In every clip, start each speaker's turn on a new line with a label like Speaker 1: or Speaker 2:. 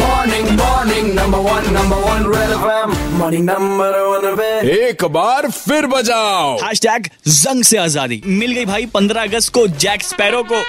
Speaker 1: Morning, morning, number one, number one, Red FM. Morning, number one, Red.
Speaker 2: एक बार फिर बजाओ
Speaker 3: हैश जंग से आजादी मिल गई भाई 15 अगस्त को जैक स्पैरो को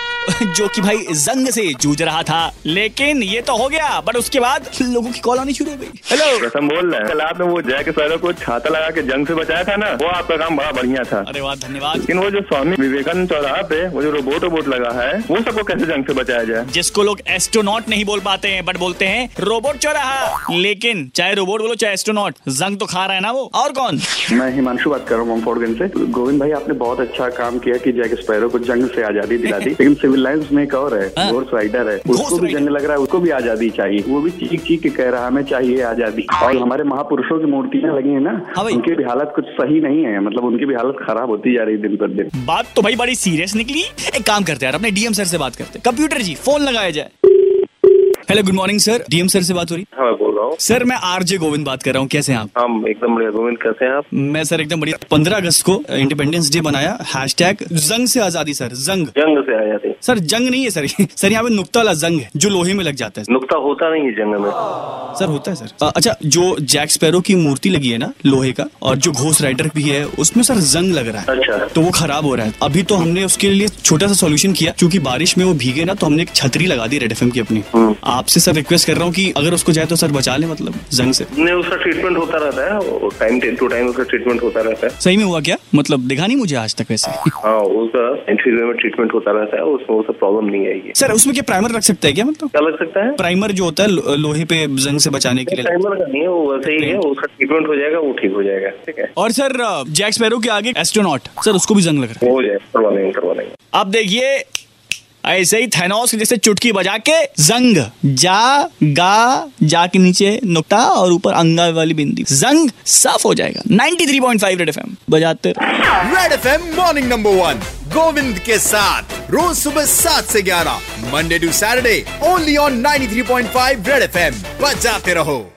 Speaker 3: जो कि भाई जंग से जूझ रहा था लेकिन ये तो हो गया बट उसके बाद लोगों की कॉल आनी शुरू हो गई हेलो
Speaker 4: कसम बोल रहे हैं कल आपने वो जय के सैरों को छाता लगा के जंग से बचाया था ना वो आपका काम बड़ा बढ़िया था
Speaker 3: अरे वाह धन्यवाद
Speaker 4: लेकिन वो जो स्वामी विवेकानंद चौराहा पे वो जो रोबोट रोबोट लगा है वो सबको कैसे जंग से बचाया जाए
Speaker 3: जिसको लोग एस्ट्रोनॉट नहीं बोल पाते हैं बट बोलते हैं रोबोट चौराहा लेकिन चाहे रोबोट बोलो चाहे एस्ट्रोनॉट जंग तो खा रहा है ना वो और कौन
Speaker 5: मैं हिमांशु बात कर रहा हूँ मोमफोर्डगंज से गोविंद भाई आपने बहुत अच्छा काम किया कि जैक स्पैरो को जंग से आजादी दिला दी लेकिन सिविल लाइन्स में एक और है
Speaker 3: हाँ।
Speaker 5: घोर्स राइडर है उसको भी
Speaker 3: राइडर।
Speaker 5: जंग लग रहा है उसको भी आजादी चाहिए वो भी चीख चीख के कह रहा है हमें चाहिए आजादी और हमारे महापुरुषों की मूर्तियां लगी है ना
Speaker 3: हाँ भाई।
Speaker 5: उनकी भी हालत कुछ सही नहीं है मतलब उनकी भी हालत खराब होती जा रही है दिन पर दिन
Speaker 3: बात तो भाई बड़ी सीरियस निकली एक काम करते हैं यार अपने डीएम सर से बात करते हैं कंप्यूटर जी फोन लगाया जाए hello good morning sir DM sir से बात हो रही
Speaker 4: हाँ मैं बोल रहा हूँ
Speaker 3: सर मैं आरजे गोविंद बात कर रहा हूँ कैसे हैं आप
Speaker 4: हम एकदम बढ़िया गोविंद कैसे हैं आप
Speaker 3: मैं सर एकदम बढ़िया पंद्रह अगस्त को इंडिपेंडेंस डे मनाया हैश जंग से आजादी सर जंग
Speaker 4: जंग से आजादी
Speaker 3: सर जंग नहीं है सर ये। सर यहाँ पे नुकता वाला जंग है जो लोहे में लग जाता है
Speaker 4: नुकता होता नहीं है जंग में
Speaker 3: सर होता है सर अ, अच्छा जो जैक स्पैरो की मूर्ति लगी है ना लोहे का और जो घोष राइडर भी है उसमें सर जंग लग रहा है
Speaker 4: अच्छा
Speaker 3: तो वो खराब हो रहा है अभी तो हमने उसके लिए छोटा सा सॉल्यूशन किया क्योंकि बारिश में वो भीगे ना तो हमने एक छतरी लगा दी रेड एफ की अपनी आपसे सर रिक्वेस्ट कर रहा हूँ कि अगर उसको जाए तो सर बचा ले मतलब जंग से
Speaker 4: नहीं उसका ट्रीटमेंट होता रहता है टाइम टू टाइम उसका ट्रीटमेंट होता रहता है
Speaker 3: सही में हुआ क्या मतलब दिखा नहीं मुझे आज तक वैसे
Speaker 4: हाँ उसका एंट्री में ट्रीटमेंट होता रहता है उसमें उससे प्रॉब्लम नहीं आएगी
Speaker 3: सर उसमें क्या प्राइमर रख सकते हैं क्या मतलब
Speaker 4: क्या लग सकता है
Speaker 3: प्राइमर जो होता है लो- लोहे पे जंग से बचाने के लिए
Speaker 4: टाइमर का नहीं है वो वैसे ही है उसका ट्रीटमेंट हो जाएगा वो ठीक हो जाएगा ठीक है
Speaker 3: और सर जैक स्पैरो के आगे एस्ट्रोनॉट सर उसको भी जंग लग रहा है
Speaker 4: हो जाएगा करवा देंगे करवा देंगे
Speaker 3: अब देखिए ऐसे ही थैनोस जैसे चुटकी बजा के जंग जा गा जा के नीचे नुकता और ऊपर अंगा वाली बिंदी जंग साफ हो जाएगा 93.5 रेड एफएम बजाते रहो।
Speaker 2: Red FM morning number one Govind के साथ रोज सुबह सात से ग्यारह Monday to Saturday only on 93.5 Red FM बजाते रहो